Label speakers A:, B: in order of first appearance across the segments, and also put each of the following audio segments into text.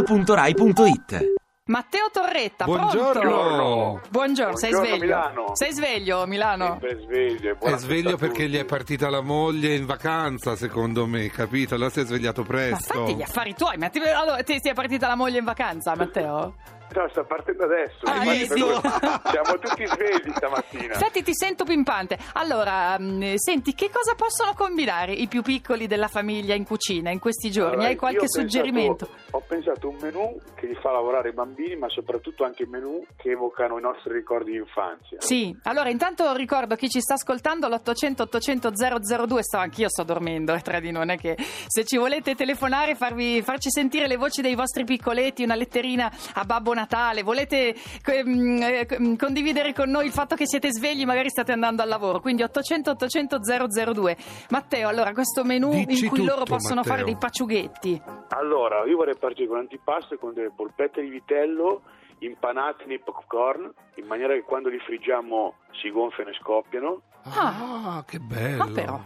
A: radio2pod.rai.it
B: Matteo Torretta,
C: Buongiorno.
B: pronto? Buongiorno, sei
C: Buongiorno,
B: sveglio?
C: Milano.
B: Sei sveglio, Milano?
C: Sempre sveglio.
D: È
C: buona
D: sveglio
C: festa a
D: perché
C: tutti.
D: gli è partita la moglie in vacanza, secondo me, capito? Allora si è svegliato
B: Ma
D: presto.
B: fatti gli affari tuoi, ma ti, allora, ti, ti è partita la moglie in vacanza, Matteo?
C: No, sta partendo adesso.
B: Ah,
C: infatti, per
B: vedi?
C: questo Siamo tutti svegli stamattina.
B: Senti, ti sento pimpante. Allora, mh, senti, che cosa possono combinare i più piccoli della famiglia in cucina in questi giorni?
C: Allora,
B: Hai
C: io
B: qualche
C: ho pensato-
B: suggerimento?
C: ho pensato un menù che li fa lavorare i bambini, ma soprattutto anche menù che evocano i nostri ricordi di infanzia.
B: Sì, allora intanto ricordo chi ci sta ascoltando l'800 800 002, stavo anch'io sto dormendo, eh, tra di non è che se ci volete telefonare, farvi, farci sentire le voci dei vostri piccoletti, una letterina a Babbo Natale, volete que- mm, eh, co- mm, condividere con noi il fatto che siete svegli, magari state andando al lavoro, quindi 800 800 002. Matteo, allora questo menù
D: Dici
B: in cui loro
D: tutto,
B: possono
D: Matteo.
B: fare dei pacciughetti.
C: Allora, io vorrei partire con l'antipasto con delle polpette di vitello impanate nei popcorn, in maniera che quando li friggiamo si gonfiano e scoppiano.
D: Ah, che bello.
B: Ah, però.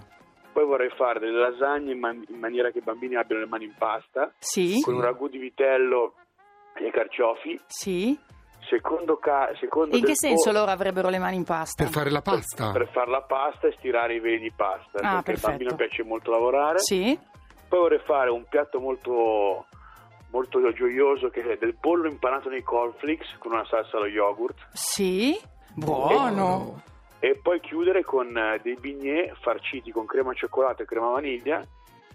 C: Poi vorrei fare delle lasagne in, man- in maniera che i bambini abbiano le mani in pasta,
B: Sì,
C: con un ragù di vitello e carciofi.
B: sì.
C: Secondo ca- secondo
B: E in che
C: del
B: senso
C: po-
B: loro avrebbero le mani in pasta?
D: Per fare la pasta.
C: Per fare la pasta e stirare i veli di pasta,
B: Ah,
C: perché al
B: perfetto.
C: bambino piace molto lavorare.
B: Sì.
C: Poi vorrei fare un piatto molto, molto gioioso che è del pollo impanato nei cornflakes con una salsa allo yogurt.
B: Sì, buono.
C: E poi chiudere con eh, dei bignè farciti con crema al cioccolato e crema vaniglia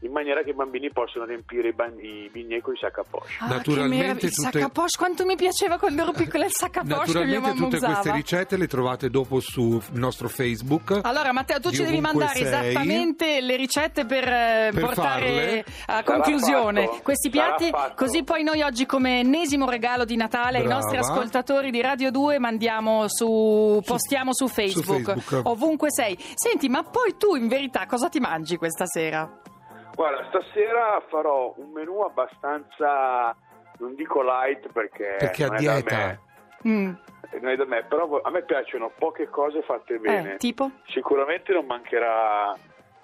C: in maniera che i bambini possano riempire i, bagn- i bignè con i sac a poche.
B: Ah,
D: Naturalmente
B: che meraviglia. il
D: tutte-
B: saccapoche, quanto mi piaceva quando ero piccola il saccapoche che mia
D: Naturalmente
B: mamma
D: tutte queste
B: usava.
D: ricette le trovate dopo sul nostro Facebook.
B: Allora Matteo, tu
D: Di
B: ci devi
D: ovunque
B: mandare
D: sei.
B: esattamente le ricette per, eh,
D: Per
B: portare
D: farle.
B: a
C: Sarà
B: conclusione
C: fatto.
B: questi
C: Sarà
B: piatti,
C: fatto.
B: così poi noi oggi come ennesimo regalo di Natale ai
D: Brava.
B: nostri ascoltatori di Radio 2 mandiamo su postiamo su Facebook,
D: Facebook.
B: ovunque sei. Senti, ma poi tu in verità cosa ti mangi questa sera?
C: Guarda, stasera farò un menù abbastanza, non dico light perché,
D: Perché a
C: non, Eh, è da
D: dieta.
C: me,
B: Mm,
C: non è da me, però vo- a me piacciono poche cose fatte bene.
B: eh, tipo?
C: Sicuramente non mancherà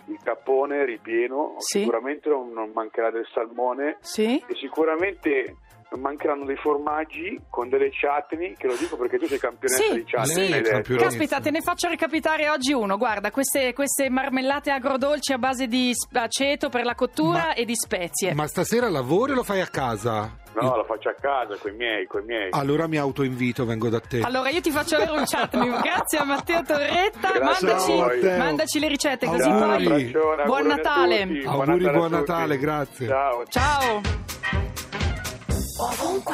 C: il capone ripieno,
B: Sì.
C: sicuramente non, non mancherà del salmone
B: Sì?
C: e sicuramente non mancheranno dei formaggi con delle chutney, che lo dico perché tu sei campionessa
B: Sì,
C: di chutney.
D: sì.
C: l'hai
D: Lei è
C: detto.
D: campionessa.
B: Caspita, te ne faccio recapitare oggi uno. Guarda, queste, queste marmellate agrodolci a base di s- aceto per la cottura
D: Ma-
B: e di spezie.
D: Ma stasera lavori o lo fai a casa?
C: No, lo faccio a casa, con i miei, con i miei.
D: Allora mi autoinvito, vengo da te.
B: Allora io ti faccio avere un chat. Grazie a Matteo Torretta.
C: Grazie
B: Mandaci,
C: a voi.
B: mandaci le ricette così
C: Dai, un
D: Auguri.
B: poi.
C: abbraccione,
B: Buon
C: auguri a
B: Natale.
C: tutti,
D: Auguri,
C: a
D: buon
C: tutti.
D: Natale, grazie.
C: Ciao.
B: Ciao.